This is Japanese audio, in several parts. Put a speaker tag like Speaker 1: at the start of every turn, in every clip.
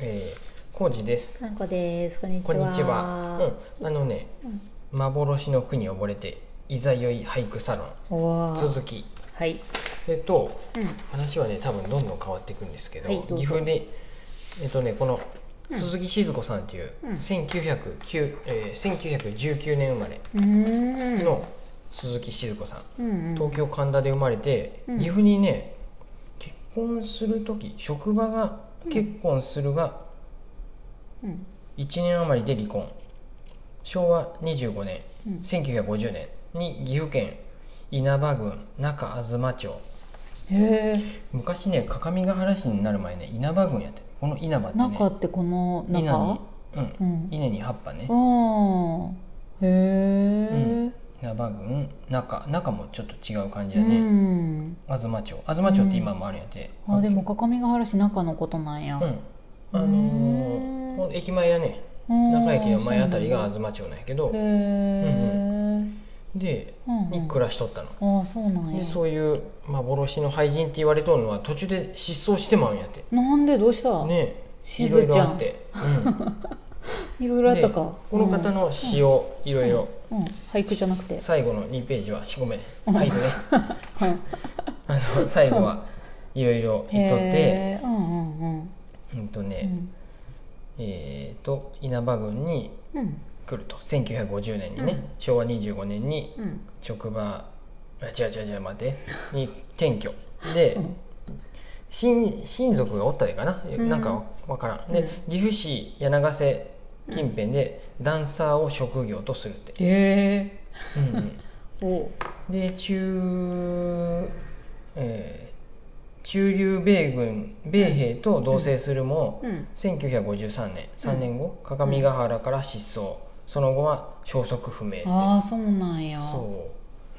Speaker 1: えー、康二です。
Speaker 2: さんこです。こんにち
Speaker 1: こ
Speaker 2: は。
Speaker 1: んにちは。うん、あのね、
Speaker 2: うん
Speaker 1: 幻の句に溺れていざよい俳句サロ
Speaker 2: お
Speaker 1: ン
Speaker 2: ー
Speaker 1: 続き。
Speaker 2: はい。
Speaker 1: えっと
Speaker 2: うん。
Speaker 1: 話はね多分どんどん変わっていくんですけど、
Speaker 2: はいどうぞ
Speaker 1: 岐阜でえっとねこの
Speaker 2: うん
Speaker 1: 鈴木静子さんっていう、
Speaker 2: うん
Speaker 1: 1909えー、1919年生まれ
Speaker 2: うーん。
Speaker 1: の鈴木静子さん。
Speaker 2: うんうん。
Speaker 1: 東京神田で生まれて、
Speaker 2: うん
Speaker 1: 岐阜にね結婚する時職場が結婚するが
Speaker 2: うん。
Speaker 1: 1年余りで離婚昭和25年
Speaker 2: うん。
Speaker 1: 1950年に岐阜県稲葉郡中東町
Speaker 2: へえ。
Speaker 1: 昔ね各務原市になる前ね稲葉郡やってこの稲葉ってね
Speaker 2: 中ってこの
Speaker 1: 稲に
Speaker 2: 中？
Speaker 1: うん
Speaker 2: うん。
Speaker 1: 稲に葉っぱね
Speaker 2: ああ。へえ。
Speaker 1: 稲葉郡中中もちょっと違う感じ
Speaker 2: う
Speaker 1: だね、
Speaker 2: ん。
Speaker 1: 東町東町って今もあるんやって、
Speaker 2: あでも各務原市中のことなんや。
Speaker 1: うんあのー
Speaker 2: うん
Speaker 1: この駅前やね
Speaker 2: うん
Speaker 1: 中駅の前あたりが。東町なんやけど
Speaker 2: へえ。
Speaker 1: で
Speaker 2: うん
Speaker 1: に暮らしとったの、
Speaker 2: ああそうなんや
Speaker 1: で。そういう幻の廃人って言われとるのは途中で失踪してまうんやって
Speaker 2: なんでどうした？
Speaker 1: ね
Speaker 2: し
Speaker 1: いろ
Speaker 2: ず
Speaker 1: い
Speaker 2: ち
Speaker 1: ろ
Speaker 2: ゃ
Speaker 1: あっ
Speaker 2: ん。
Speaker 1: て、うん
Speaker 2: いろいろあっ
Speaker 1: で
Speaker 2: たか
Speaker 1: こ。の方の詩をいろいろ
Speaker 2: うん。うん。俳句じゃなくて。
Speaker 1: 最後の2ページはしごめん
Speaker 2: うん
Speaker 1: 入るね
Speaker 2: うん。
Speaker 1: あの最後はいろいろ言っとって
Speaker 2: へーうんうんうん
Speaker 1: うんと
Speaker 2: う
Speaker 1: ね、
Speaker 2: ん
Speaker 1: えっ、と稲葉郡に
Speaker 2: うん
Speaker 1: 来ると1950年にね、
Speaker 2: うん
Speaker 1: 昭和25年に
Speaker 2: うん
Speaker 1: 職場あ違う違う違う待ってに転居で、
Speaker 2: うん
Speaker 1: 親親族がおったでかな、
Speaker 2: ん
Speaker 1: なんかわからん
Speaker 2: う
Speaker 1: で
Speaker 2: ん
Speaker 1: 岐阜市柳瀬近辺でダンサーを職業とするって、
Speaker 2: へ
Speaker 1: うんうん
Speaker 2: えお
Speaker 1: で中、えー中流米軍米兵と同棲するも、
Speaker 2: うん
Speaker 1: 1953年3年後各務原から失踪その後は消息不明って
Speaker 2: ああそうなんや
Speaker 1: そ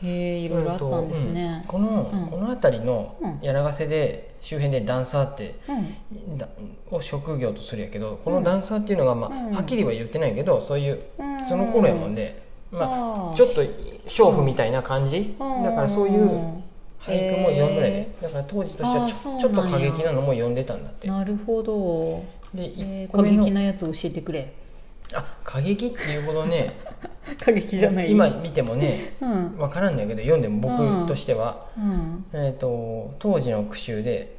Speaker 1: う
Speaker 2: へえいろいろあったんですね
Speaker 1: うんこの、
Speaker 2: うん
Speaker 1: この辺りの
Speaker 2: うん
Speaker 1: 柳瀬で周辺でダンサーって
Speaker 2: うん
Speaker 1: だを職業とするやけどこのダンサーっていうのが、まあ
Speaker 2: うん
Speaker 1: はっきりは言ってないけどそういう
Speaker 2: うん
Speaker 1: その頃やもんで、ま
Speaker 2: あ
Speaker 1: あ、
Speaker 2: ー
Speaker 1: ちょっと娼婦みたいな感じ、
Speaker 2: うん
Speaker 1: だからそうい
Speaker 2: ん
Speaker 1: う俳句も読んだらね
Speaker 2: へ
Speaker 1: だから当時としてはち
Speaker 2: あーそう
Speaker 1: ょ
Speaker 2: な
Speaker 1: ちょっ
Speaker 2: んや
Speaker 1: と過激なのも読んでたんだって
Speaker 2: なるほど
Speaker 1: で
Speaker 2: え
Speaker 1: 一
Speaker 2: ー
Speaker 1: 個
Speaker 2: 過
Speaker 1: 目の
Speaker 2: 激なやつ教えてくれ
Speaker 1: あ過激っていうほどね
Speaker 2: 過激じゃ ない
Speaker 1: 今見てもね
Speaker 2: うん
Speaker 1: 分からんのやけど読んでも
Speaker 2: うん
Speaker 1: 僕としては。
Speaker 2: うん
Speaker 1: えー、と当時の句集で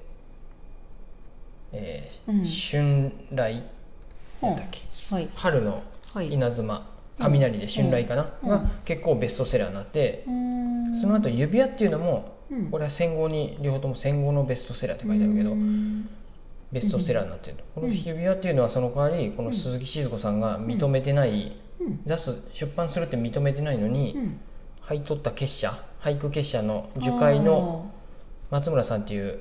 Speaker 1: 「えー
Speaker 2: うん
Speaker 1: 春雷」
Speaker 2: うん
Speaker 1: なんだっけ
Speaker 2: はい
Speaker 1: 春の
Speaker 2: はい
Speaker 1: 稲妻雷で春雷かな、
Speaker 2: うん
Speaker 1: が
Speaker 2: うん
Speaker 1: 結構ベストセラーになって、
Speaker 2: うーん
Speaker 1: その後指輪」っていうのも
Speaker 2: うん
Speaker 1: これは戦後に両方とも戦後のベストセラーって書いてあるけど、
Speaker 2: うん
Speaker 1: ベストセラーになってるこの
Speaker 2: うん
Speaker 1: 指輪っていうのはその代わりこの鈴木静子さんが認めてない、
Speaker 2: うん
Speaker 1: 出す出版するって認めてないのに、
Speaker 2: うん
Speaker 1: 入っとった結社俳句結社の受会の
Speaker 2: あ
Speaker 1: 松村さんっていう
Speaker 2: ー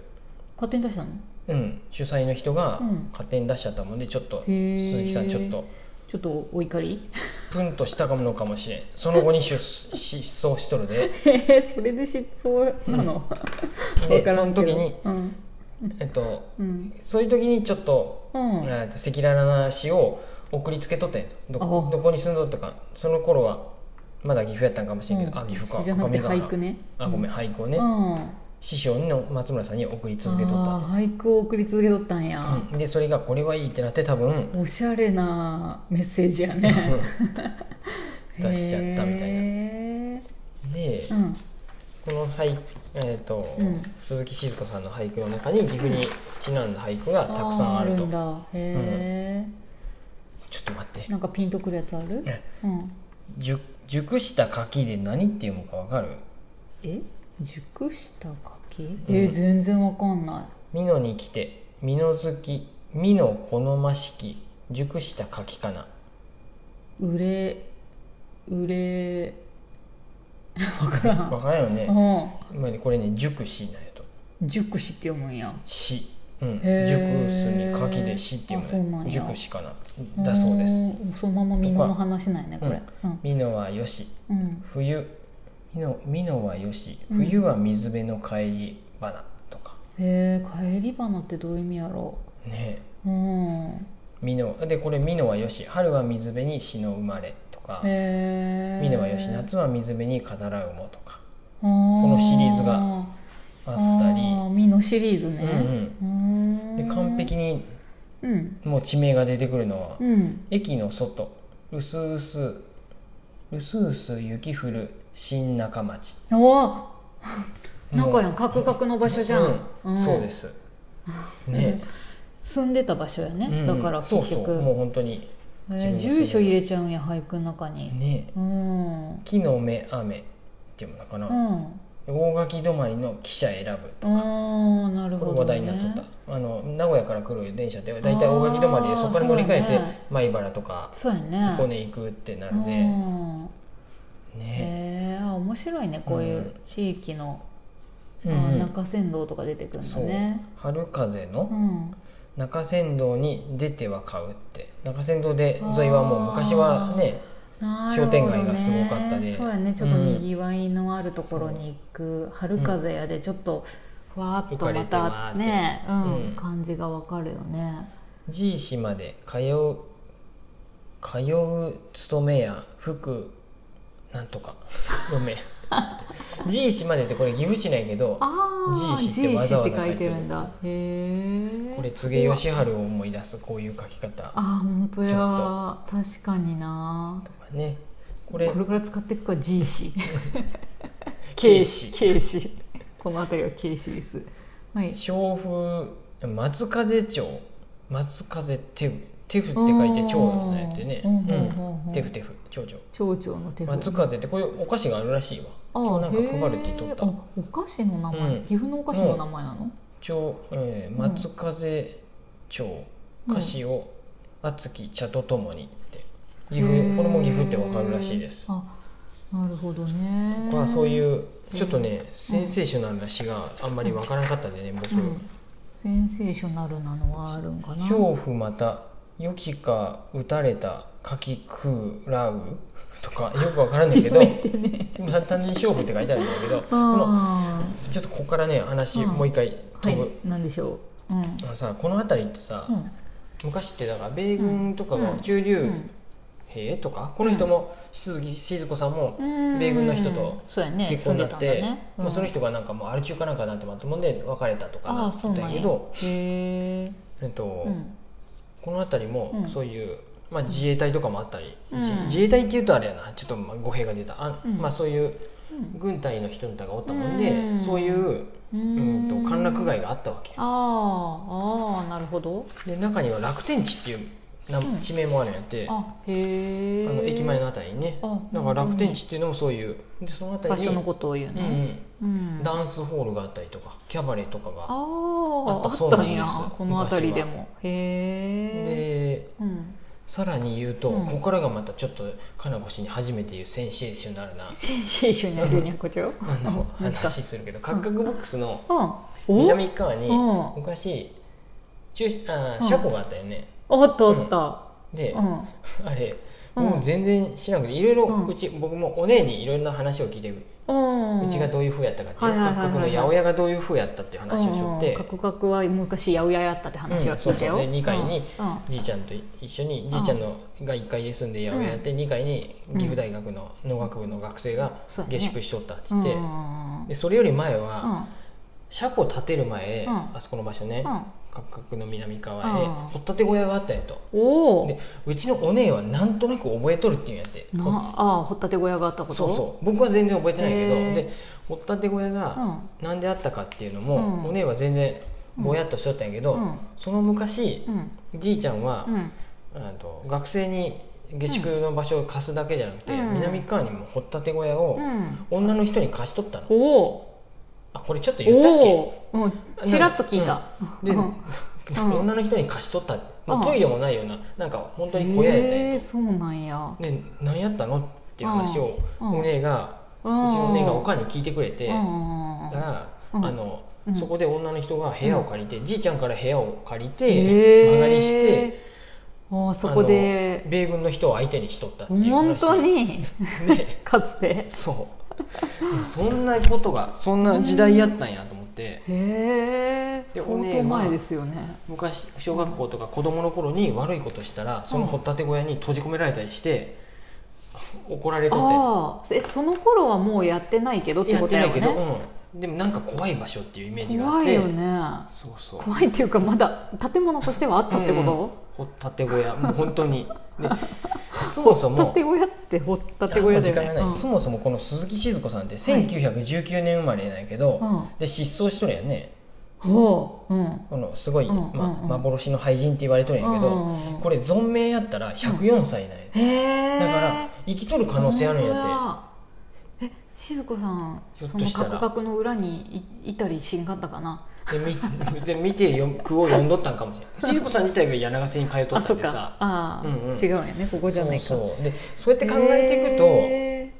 Speaker 2: 勝手に出したの
Speaker 1: うん、主催の人が
Speaker 2: うん
Speaker 1: 勝手に出しちゃったもんで、ちょっと
Speaker 2: へー
Speaker 1: 鈴木さんちょっと
Speaker 2: ちょっとお怒り
Speaker 1: プンとしたかものかもしれんその後に出失踪しとるで
Speaker 2: へえそれで失踪なの、
Speaker 1: で
Speaker 2: わから
Speaker 1: その
Speaker 2: んけど
Speaker 1: 時に、
Speaker 2: うん
Speaker 1: えっと、
Speaker 2: うん
Speaker 1: そういう時にちょっと
Speaker 2: うん
Speaker 1: えっと赤裸々な詩を送りつけとってんど
Speaker 2: あ
Speaker 1: どこに住んどったかその頃はまだ岐阜やったんかもしれんけど、あ岐阜か
Speaker 2: じゃなくて
Speaker 1: 各務原
Speaker 2: 俳句ね
Speaker 1: あごめん俳句をね、
Speaker 2: うん
Speaker 1: 師匠の松村さんに送り続けと
Speaker 2: あ
Speaker 1: っ
Speaker 2: ー俳句を送り続けとったん
Speaker 1: た
Speaker 2: や、
Speaker 1: って、うん、でそれがこれはいいってなって多分
Speaker 2: おしゃれなメッセージやね
Speaker 1: 出しちゃったみたいな
Speaker 2: へ
Speaker 1: で、
Speaker 2: ーうん
Speaker 1: この俳えーと
Speaker 2: うん
Speaker 1: 鈴木静子さんの俳句の中に岐阜にちなんだ俳句がたくさんあ
Speaker 2: あー
Speaker 1: る
Speaker 2: る
Speaker 1: と
Speaker 2: んだへ
Speaker 1: ちょっと待っ
Speaker 2: え、
Speaker 1: て
Speaker 2: なんかピンとくるやつある
Speaker 1: え
Speaker 2: うん
Speaker 1: 熟熟した柿で何って読むかわかる
Speaker 2: え熟した柿えー全然わかんな
Speaker 1: 美濃に来て美濃好き美濃好ましき熟した柿 かない
Speaker 2: 売れ売れわからん
Speaker 1: わからんよね、
Speaker 2: う
Speaker 1: まあねこれね熟しなんやと
Speaker 2: ん熟しって読むんや
Speaker 1: し、うん、熟
Speaker 2: へー
Speaker 1: すに柿でしって読む
Speaker 2: あそうな
Speaker 1: ね
Speaker 2: んや
Speaker 1: 熟しかなだそうです
Speaker 2: んそのまま美濃の話なんやねこれうん
Speaker 1: 美濃はよし
Speaker 2: うん
Speaker 1: 冬美濃美濃はよし
Speaker 2: うん
Speaker 1: 冬は水辺の帰り花とか、
Speaker 2: へえ帰り花ってどういう意味やろ
Speaker 1: ね
Speaker 2: ううん
Speaker 1: 美濃でこれ美濃はよし春は水辺に死の生まれとか
Speaker 2: へえ
Speaker 1: 美濃はよし夏は水辺に語らうもとか
Speaker 2: こ
Speaker 1: のシリーズがあったり
Speaker 2: 美濃シリーズね
Speaker 1: うん
Speaker 2: うん
Speaker 1: で完璧に
Speaker 2: うん
Speaker 1: もう地名が出てくるのは、
Speaker 2: うん
Speaker 1: 駅の外うすうすうすうす雪降る新中町
Speaker 2: おーなんかや
Speaker 1: も
Speaker 2: ん
Speaker 1: う
Speaker 2: カクカクの場所じゃん、
Speaker 1: うんそうです すね、
Speaker 2: 住んでた場所やね、
Speaker 1: うん
Speaker 2: だから結
Speaker 1: そう
Speaker 2: 局
Speaker 1: そうもう本当に
Speaker 2: え
Speaker 1: 自分の住ん
Speaker 2: ー
Speaker 1: でる
Speaker 2: 住所入れちゃうんや俳句の中に、
Speaker 1: ね
Speaker 2: うんうん
Speaker 1: 木の芽雨っていうのかな、大垣止まりの汽車選ぶ
Speaker 2: あーなる
Speaker 1: こ
Speaker 2: ほど、
Speaker 1: れ
Speaker 2: ね、
Speaker 1: 話題になっとった、あの名古屋から来る電車で大体大垣止まりでそこから乗り換え
Speaker 2: あー
Speaker 1: て、
Speaker 2: そうね
Speaker 1: 米原とか
Speaker 2: そうやね
Speaker 1: 彦根行くってな
Speaker 2: う
Speaker 1: るで、
Speaker 2: ん
Speaker 1: ね、
Speaker 2: へえあ面白いねこういう地域の、
Speaker 1: うん
Speaker 2: あ
Speaker 1: うん
Speaker 2: 中山道とか出てくるんだ
Speaker 1: そう
Speaker 2: ね
Speaker 1: 春風の
Speaker 2: うん
Speaker 1: 中山道に出ては買うって中山道で沿いはもう昔はね
Speaker 2: なる
Speaker 1: 商
Speaker 2: ほどね
Speaker 1: 店街がすごかったで
Speaker 2: そうやねちょっとにぎわいのあるところに行く、春風やでちょっとふわっ
Speaker 1: 浮
Speaker 2: と
Speaker 1: かれ
Speaker 2: ま
Speaker 1: てわー
Speaker 2: た
Speaker 1: って
Speaker 2: ね、うん
Speaker 1: うん
Speaker 2: 感じがわかるよね
Speaker 1: じい島で通う通う勤めや服なんとかごめんじい島でってこれ岐阜市なんやけど
Speaker 2: ああ
Speaker 1: じいしってわざわざ書
Speaker 2: 書
Speaker 1: い
Speaker 2: い
Speaker 1: て
Speaker 2: て
Speaker 1: る
Speaker 2: るんだへえ
Speaker 1: これ柘植義治を思い出すこういう書き方
Speaker 2: ああ本当や確かにな
Speaker 1: ねこ
Speaker 2: こ
Speaker 1: れ
Speaker 2: れから使っていくか G 詞
Speaker 1: K 詞
Speaker 2: K 詞この辺りは K 詞ですはい
Speaker 1: 調布松風町松風テフテフって書いて町なんやってね
Speaker 2: おーほうほうほ
Speaker 1: う
Speaker 2: うん
Speaker 1: テフテフ町長
Speaker 2: 蝶々の手札
Speaker 1: 松風ってこういうお菓子があるらしいわ
Speaker 2: あ
Speaker 1: 今
Speaker 2: ー
Speaker 1: 日なんか配るって言っとっ
Speaker 2: へーあお菓子の名前、
Speaker 1: うん
Speaker 2: 岐阜のお菓子の名前なの、
Speaker 1: た町、えー
Speaker 2: ん
Speaker 1: 松風町菓子を熱き茶とともにって岐阜
Speaker 2: へー
Speaker 1: これも岐阜ってわかるらしいです
Speaker 2: あなるほどね、
Speaker 1: まあそういううちょっとねセンセーショナルな詩があんまりわからんかったんでね僕、
Speaker 2: うん、センセーショナルなのはあるんかな
Speaker 1: 娼婦また良きか打たれたかき食うらうとかよくわからんだけ ど
Speaker 2: やめてね
Speaker 1: 簡単に娼婦って書いてあるんだけどこの
Speaker 2: あ
Speaker 1: ちょっとここからね話
Speaker 2: うん
Speaker 1: もう一回
Speaker 2: あは
Speaker 1: 飛
Speaker 2: い
Speaker 1: ぶ、
Speaker 2: なんでしょううん、
Speaker 1: あのさこの辺りってさ、
Speaker 2: うん
Speaker 1: 昔ってだから米軍とか
Speaker 2: う
Speaker 1: が
Speaker 2: ん
Speaker 1: 駐
Speaker 2: う
Speaker 1: 留
Speaker 2: ん
Speaker 1: 兵とかこの人も鈴木静子さんも
Speaker 2: うん
Speaker 1: 米軍の人と
Speaker 2: そうやね
Speaker 1: 結婚になっ
Speaker 2: 住んで
Speaker 1: て
Speaker 2: たんだね
Speaker 1: まあその人がなんかもうアル中かなんかになってまともんで別れたとか
Speaker 2: あ
Speaker 1: な
Speaker 2: あ
Speaker 1: っ
Speaker 2: そ
Speaker 1: た
Speaker 2: うんな
Speaker 1: や
Speaker 2: ん
Speaker 1: け
Speaker 2: や
Speaker 1: ど、
Speaker 2: へえ
Speaker 1: えっと
Speaker 2: うん
Speaker 1: この辺り
Speaker 2: う
Speaker 1: も
Speaker 2: ん
Speaker 1: そういう、まあ、自衛隊とかもあったり、
Speaker 2: うん
Speaker 1: じ自衛隊っていうとあれやなちょっとまあ語弊が出たあ、
Speaker 2: うん
Speaker 1: まあ、そういう
Speaker 2: うん
Speaker 1: 軍隊の人たがおったもんで、
Speaker 2: うん
Speaker 1: そういう
Speaker 2: う
Speaker 1: うんと
Speaker 2: ーん
Speaker 1: 歓楽街があったわけ
Speaker 2: あーあーなるほど
Speaker 1: で中には楽天地っていうな
Speaker 2: うん
Speaker 1: 地名もあるんやって、あ
Speaker 2: あへえ
Speaker 1: の駅前のあたりにね
Speaker 2: あ
Speaker 1: だから楽天地っていうのもそういうでそのあたり
Speaker 2: 場
Speaker 1: に
Speaker 2: 所のことを言う
Speaker 1: う
Speaker 2: ね、
Speaker 1: ん
Speaker 2: うん
Speaker 1: うんダンスホールがあったりとかキャバレーとか
Speaker 2: あ
Speaker 1: が
Speaker 2: ー
Speaker 1: あ
Speaker 2: あ
Speaker 1: った
Speaker 2: っ
Speaker 1: そう
Speaker 2: た
Speaker 1: なん
Speaker 2: ん
Speaker 1: です
Speaker 2: やこの辺りでもへえ、
Speaker 1: で
Speaker 2: うん、
Speaker 1: さらに言うと、
Speaker 2: うん
Speaker 1: ここからがまたちょっとかなこ氏に初めて言うセンシーショナルな
Speaker 2: センセーショナルにゃこちょ
Speaker 1: あの
Speaker 2: なんか
Speaker 1: 話するけどカクカクボックスの
Speaker 2: うんお
Speaker 1: 南側に
Speaker 2: うん
Speaker 1: 昔駐あー
Speaker 2: うん
Speaker 1: 車庫があったよね
Speaker 2: おっとおっと
Speaker 1: で
Speaker 2: うん
Speaker 1: あれ
Speaker 2: うん
Speaker 1: もう全然知らんけどいろいろ
Speaker 2: うん
Speaker 1: うち僕もお姉にいろんな話を聞いて
Speaker 2: うん
Speaker 1: うちがどういうふうやったかっていう
Speaker 2: はいはいはい
Speaker 1: 各
Speaker 2: はい
Speaker 1: 国の八百屋がどういうふうやったっていう話をしょっ
Speaker 2: う
Speaker 1: て
Speaker 2: んカクカクは昔八百屋やったって話は聞いたよ、
Speaker 1: うんそうそうで2階に
Speaker 2: うんうん
Speaker 1: じいちゃんと一緒にじいちゃんのが1階で住んで八百屋やって2階に岐阜大学の農学部の学生が
Speaker 2: そうだね
Speaker 1: 下宿しとったって言って
Speaker 2: うんうんうん
Speaker 1: でそれより前
Speaker 2: うん
Speaker 1: は車庫建てる前
Speaker 2: うん
Speaker 1: あそこの場所ね
Speaker 2: うん
Speaker 1: カクカクの南側へ
Speaker 2: うん
Speaker 1: 掘ったて小屋があったんやと
Speaker 2: おお
Speaker 1: でうちのお姉はなんとなく覚えとるっていうんやって
Speaker 2: な
Speaker 1: ほ
Speaker 2: ああ掘ったて小屋があったこと
Speaker 1: そうそう僕は全然覚えてないけど
Speaker 2: へー
Speaker 1: で掘ったて小屋が
Speaker 2: ん
Speaker 1: なんであったかっていうのも、
Speaker 2: うん
Speaker 1: お姉は全然ぼやっとしとったんやけど、
Speaker 2: うん
Speaker 1: その昔
Speaker 2: う、ん
Speaker 1: じいちゃんは
Speaker 2: う、ん
Speaker 1: あと学生に下宿の場所を貸すだけじゃなくて、
Speaker 2: うん
Speaker 1: 南側にも掘ったて小屋を、
Speaker 2: うん
Speaker 1: 女の人に貸しとったの、
Speaker 2: おお
Speaker 1: あこれちょっと言ったっけ
Speaker 2: おおうんちらっと聞いた
Speaker 1: で、
Speaker 2: うんん
Speaker 1: 女の人に貸しとったって、
Speaker 2: う
Speaker 1: ま
Speaker 2: ん
Speaker 1: あ、トイレもないようななんか本当に小屋やったん
Speaker 2: へ
Speaker 1: や
Speaker 2: えそうなんやうち
Speaker 1: で何やったのっていう話を
Speaker 2: うんうん
Speaker 1: お姉がうちの姉がおかんに聞いてくれて
Speaker 2: う
Speaker 1: だ
Speaker 2: ん
Speaker 1: か
Speaker 2: うんうん
Speaker 1: らあ
Speaker 2: うん
Speaker 1: の
Speaker 2: うん
Speaker 1: そこで女の人が部屋を借りてじいちゃんから部屋を借り
Speaker 2: へ
Speaker 1: て
Speaker 2: え
Speaker 1: 間借りして
Speaker 2: ああそこ
Speaker 1: あ
Speaker 2: で
Speaker 1: の米軍の人を相手にしとったっていう話
Speaker 2: 本 当に
Speaker 1: で
Speaker 2: かつて
Speaker 1: そうそんなことがそんな時代やったんやと思って
Speaker 2: へえ
Speaker 1: で
Speaker 2: 相
Speaker 1: お姉は
Speaker 2: 当前ですよね
Speaker 1: 昔小学校とか子供の頃に悪いことしたらその掘ったて小屋に閉じ込められたりして怒られとって
Speaker 2: ああえその頃はもうやってないけどって
Speaker 1: や
Speaker 2: こ
Speaker 1: っ
Speaker 2: と
Speaker 1: てな
Speaker 2: や
Speaker 1: い
Speaker 2: よ
Speaker 1: けど、
Speaker 2: ね
Speaker 1: でもなんか怖い場所っていうイメージがあっ
Speaker 2: 怖
Speaker 1: て
Speaker 2: いよね
Speaker 1: そうそう
Speaker 2: 怖いっていうかまだ建物としてはあったってこ
Speaker 1: 掘ったて小屋もう本当に でそ
Speaker 2: と
Speaker 1: もそ
Speaker 2: 掘った
Speaker 1: も
Speaker 2: て小屋って掘ったて
Speaker 1: あ
Speaker 2: 小
Speaker 1: も
Speaker 2: 屋
Speaker 1: う
Speaker 2: だ
Speaker 1: 時
Speaker 2: よ
Speaker 1: 間がない、
Speaker 2: ね
Speaker 1: そもそもこの鈴木静子さんって1919年生まれなんやけど、
Speaker 2: うんうん
Speaker 1: で失踪しとるんやね
Speaker 2: ほううん
Speaker 1: このすごい、
Speaker 2: うんうんうん
Speaker 1: まあ、幻の廃人って言われとるんやけど、こ
Speaker 2: れ
Speaker 1: れ存命やったら104歳なんや、
Speaker 2: へえ
Speaker 1: だから生きとる可能性あるんやっ
Speaker 2: ってえ静子さん
Speaker 1: ひょっ
Speaker 2: そ
Speaker 1: と
Speaker 2: の
Speaker 1: した
Speaker 2: カ
Speaker 1: ら
Speaker 2: クカクの裏にいいたりしんかったかな
Speaker 1: てでみ で見てよ句を読んどったんかもしれない静子さん自体が柳瀬に通っと
Speaker 2: あ
Speaker 1: った
Speaker 2: そ
Speaker 1: ん
Speaker 2: っ
Speaker 1: で
Speaker 2: か
Speaker 1: さ
Speaker 2: あー、
Speaker 1: うんうん
Speaker 2: 違うんやねここじゃないか
Speaker 1: そう
Speaker 2: っ
Speaker 1: そうでそうやって考えていく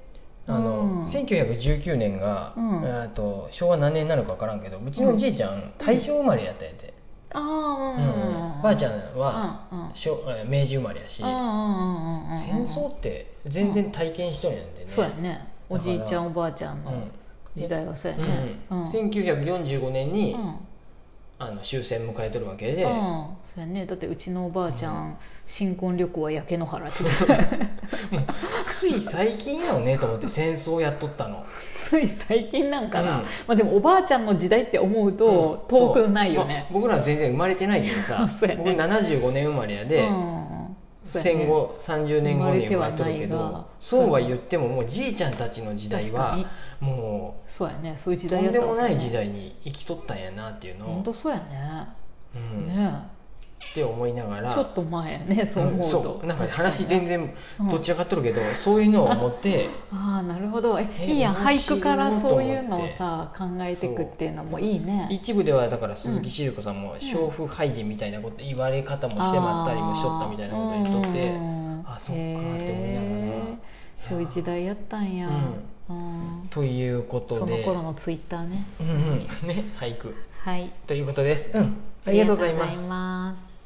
Speaker 1: と、あの
Speaker 2: うん
Speaker 1: 1919年が、
Speaker 2: うん
Speaker 1: えーと昭和何年になるか分からんけどうちのおじいちゃん、大正生まれやったんやて、
Speaker 2: ああ
Speaker 1: うん
Speaker 2: ーうんうん
Speaker 1: ばあちゃ
Speaker 2: うん
Speaker 1: んは、
Speaker 2: うんうん
Speaker 1: 昭えー明治生まれやし、
Speaker 2: うんうんうんうんうん
Speaker 1: 戦争って全然体験しとるんやんてね、
Speaker 2: そうやねおじいちゃんおばあちゃん
Speaker 1: うん
Speaker 2: の時代はそうや
Speaker 1: うん
Speaker 2: ね
Speaker 1: うん
Speaker 2: うん
Speaker 1: 1945年に、
Speaker 2: うん
Speaker 1: あの終戦迎えとるわけで、
Speaker 2: うん
Speaker 1: も
Speaker 2: そうやねだってうちのおばあちゃん新婚旅行は焼け野原って言っ
Speaker 1: う
Speaker 2: て
Speaker 1: つい最近やよねと思って戦争やっとったの
Speaker 2: つい最近なんかな、
Speaker 1: うん
Speaker 2: まあ、でもおばあちゃんの時代って思うと
Speaker 1: うん
Speaker 2: 遠くないよ
Speaker 1: そ
Speaker 2: ね
Speaker 1: う、僕らは全然生まれてないけどさ、
Speaker 2: そうやね
Speaker 1: 僕75年生まれや
Speaker 2: うん
Speaker 1: で、
Speaker 2: そうやね
Speaker 1: 戦後30年後に生
Speaker 2: 生
Speaker 1: ま
Speaker 2: ま
Speaker 1: れ
Speaker 2: れ
Speaker 1: と
Speaker 2: ては
Speaker 1: る
Speaker 2: な
Speaker 1: け
Speaker 2: いが
Speaker 1: どそうは言ってももうじいちゃんたちの時代は
Speaker 2: 確か
Speaker 1: も
Speaker 2: そうやねそういう
Speaker 1: う
Speaker 2: 時
Speaker 1: と
Speaker 2: 代や
Speaker 1: ん
Speaker 2: っ
Speaker 1: で
Speaker 2: た
Speaker 1: も
Speaker 2: わ
Speaker 1: な
Speaker 2: け
Speaker 1: い
Speaker 2: ね
Speaker 1: 時代に生きとったんやなっていうの
Speaker 2: ほん
Speaker 1: を
Speaker 2: と、そうやね
Speaker 1: うん
Speaker 2: ね
Speaker 1: って思いながら
Speaker 2: ちょっと前やねそう
Speaker 1: うん
Speaker 2: 思うと、
Speaker 1: そうなんか
Speaker 2: 確にね
Speaker 1: 話全然
Speaker 2: うん
Speaker 1: どっちらかっとるけど、そういうのを思って
Speaker 2: ああなるほどえ
Speaker 1: え
Speaker 2: いいやん
Speaker 1: 面白い
Speaker 2: 俳句からそういうの
Speaker 1: と
Speaker 2: を
Speaker 1: 思って
Speaker 2: さ考えていくっていうのもいいね
Speaker 1: 一部ではだから鈴木静子さんも「娼婦廃人」みたいなこと言われ方もしてまったりもしとったみたいなこと言っとって
Speaker 2: あ
Speaker 1: あそっ
Speaker 2: ー
Speaker 1: かって思いながら
Speaker 2: へーそういう時代やったんや、うん
Speaker 1: ということ
Speaker 2: その
Speaker 1: で
Speaker 2: 頃のツイッターね
Speaker 1: うんうんね俳句
Speaker 2: はい
Speaker 1: ということですうんありがとうございます
Speaker 2: ありがとうございます